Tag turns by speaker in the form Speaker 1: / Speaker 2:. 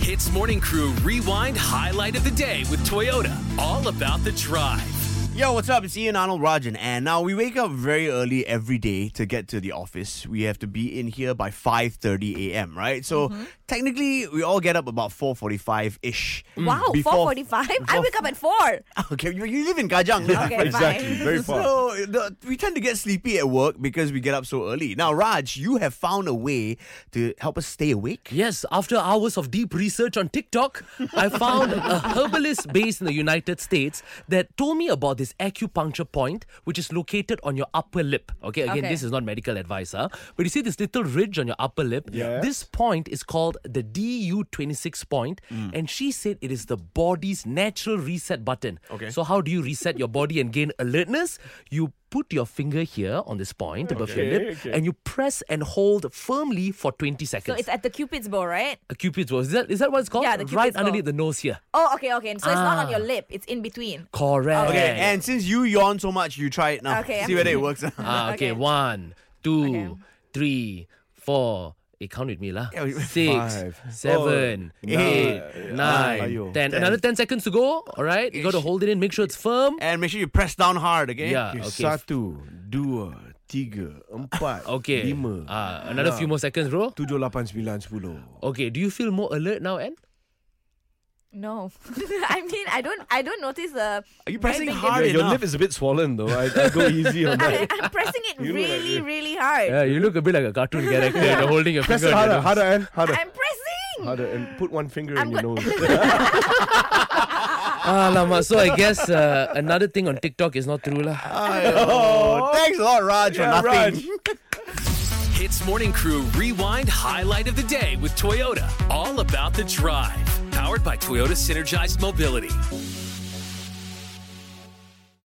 Speaker 1: Hits Morning Crew Rewind Highlight of the Day with Toyota. All about the drive.
Speaker 2: Yo, what's up? It's Ian Arnold Rajan, and now we wake up very early every day to get to the office. We have to be in here by 5:30 a.m., right? So
Speaker 3: Mm-hmm.
Speaker 2: technically, we all get up about 4:45 ish.
Speaker 3: Mm. Wow, four forty-five. I wake up at four.
Speaker 2: Okay, you, you live in Kajang, yeah,
Speaker 3: Okay,
Speaker 4: Exactly,
Speaker 3: bye.
Speaker 4: very far.
Speaker 2: So the, we tend to get sleepy at work because we get up so early. Now, Raj, you have found a way to help us stay awake.
Speaker 5: Yes, after hours of deep research on TikTok, I found a herbalist based in the United States that told me about this acupuncture point, which is located on your upper lip. Okay, again,
Speaker 3: Okay.
Speaker 5: this is not medical advice, huh? But you see this little ridge on your upper lip?
Speaker 4: Yes.
Speaker 5: This point is called the DU26 point,
Speaker 4: Mm.
Speaker 5: and she said it is the body's natural reset button. Okay. So, how do you reset your body and gain alertness? You put your finger here on this point above your
Speaker 4: Okay,
Speaker 5: lip
Speaker 4: okay.
Speaker 5: and you press and hold firmly for 20 seconds
Speaker 3: So it's at the Cupid's bow, right?
Speaker 5: a cupid's bow. Is that is that what it's called?
Speaker 3: Yeah, the
Speaker 5: right
Speaker 3: cupid's
Speaker 5: underneath
Speaker 3: bow.
Speaker 5: the nose here.
Speaker 3: Oh, okay, okay. So it's not on
Speaker 5: Ah.
Speaker 3: your lip; it's in between.
Speaker 5: Correct.
Speaker 2: Okay, and since you yawn so much, you try it now.
Speaker 3: Okay,
Speaker 2: See
Speaker 3: I'm-
Speaker 2: whether it works.
Speaker 4: Uh,
Speaker 5: Ah,
Speaker 3: okay.
Speaker 5: okay. One, two, three, four.
Speaker 3: Okay.
Speaker 5: Eh, count with me lah.
Speaker 2: Yeah, we-
Speaker 5: Six,
Speaker 4: Five.
Speaker 5: seven,
Speaker 4: Oh,
Speaker 5: eight,
Speaker 4: nine.
Speaker 5: nine,
Speaker 4: Aiyo.
Speaker 5: ten. Another ten seconds to go. All right, you got to hold it in. Make sure it's firm.
Speaker 2: and make sure you press down hard. Okay.
Speaker 5: Yeah.
Speaker 4: Okay,
Speaker 5: Okay.
Speaker 4: Satu, dua, tiga, empat,
Speaker 5: Okay.
Speaker 4: lima,
Speaker 5: Ah, another few more seconds, bro.
Speaker 4: tujuh, lapan, sembilan, sepuluh.
Speaker 5: Okay. Do you feel more alert now, Anne?
Speaker 3: No, I mean I don't I don't notice the.
Speaker 2: Are you pressing
Speaker 3: big
Speaker 2: hard
Speaker 4: Your, your
Speaker 2: enough?
Speaker 4: lip is a bit swollen though. I, I go easy on
Speaker 3: I,
Speaker 4: that.
Speaker 3: I'm pressing it
Speaker 4: You look like
Speaker 3: really,
Speaker 4: you-
Speaker 3: really hard.
Speaker 5: Yeah, you look a bit like a cartoon character. You're holding your
Speaker 4: Press
Speaker 5: finger.
Speaker 4: it
Speaker 5: on your
Speaker 4: harder,
Speaker 5: nose.
Speaker 4: harder, and harder,
Speaker 3: I'm pressing.
Speaker 4: harder, and put one finger
Speaker 3: I'm
Speaker 4: in your
Speaker 3: go-
Speaker 4: nose.
Speaker 5: Alamak. Ah, So I guess uh, another thing on TikTok is not true lah.
Speaker 2: Oh, thanks a lot, Raj,
Speaker 4: Yeah,
Speaker 2: for nothing.
Speaker 4: Raj.
Speaker 1: Hits Morning Crew Rewind Highlight of the Day with Toyota. All about the drive. Powered by Toyota Synergized Mobility.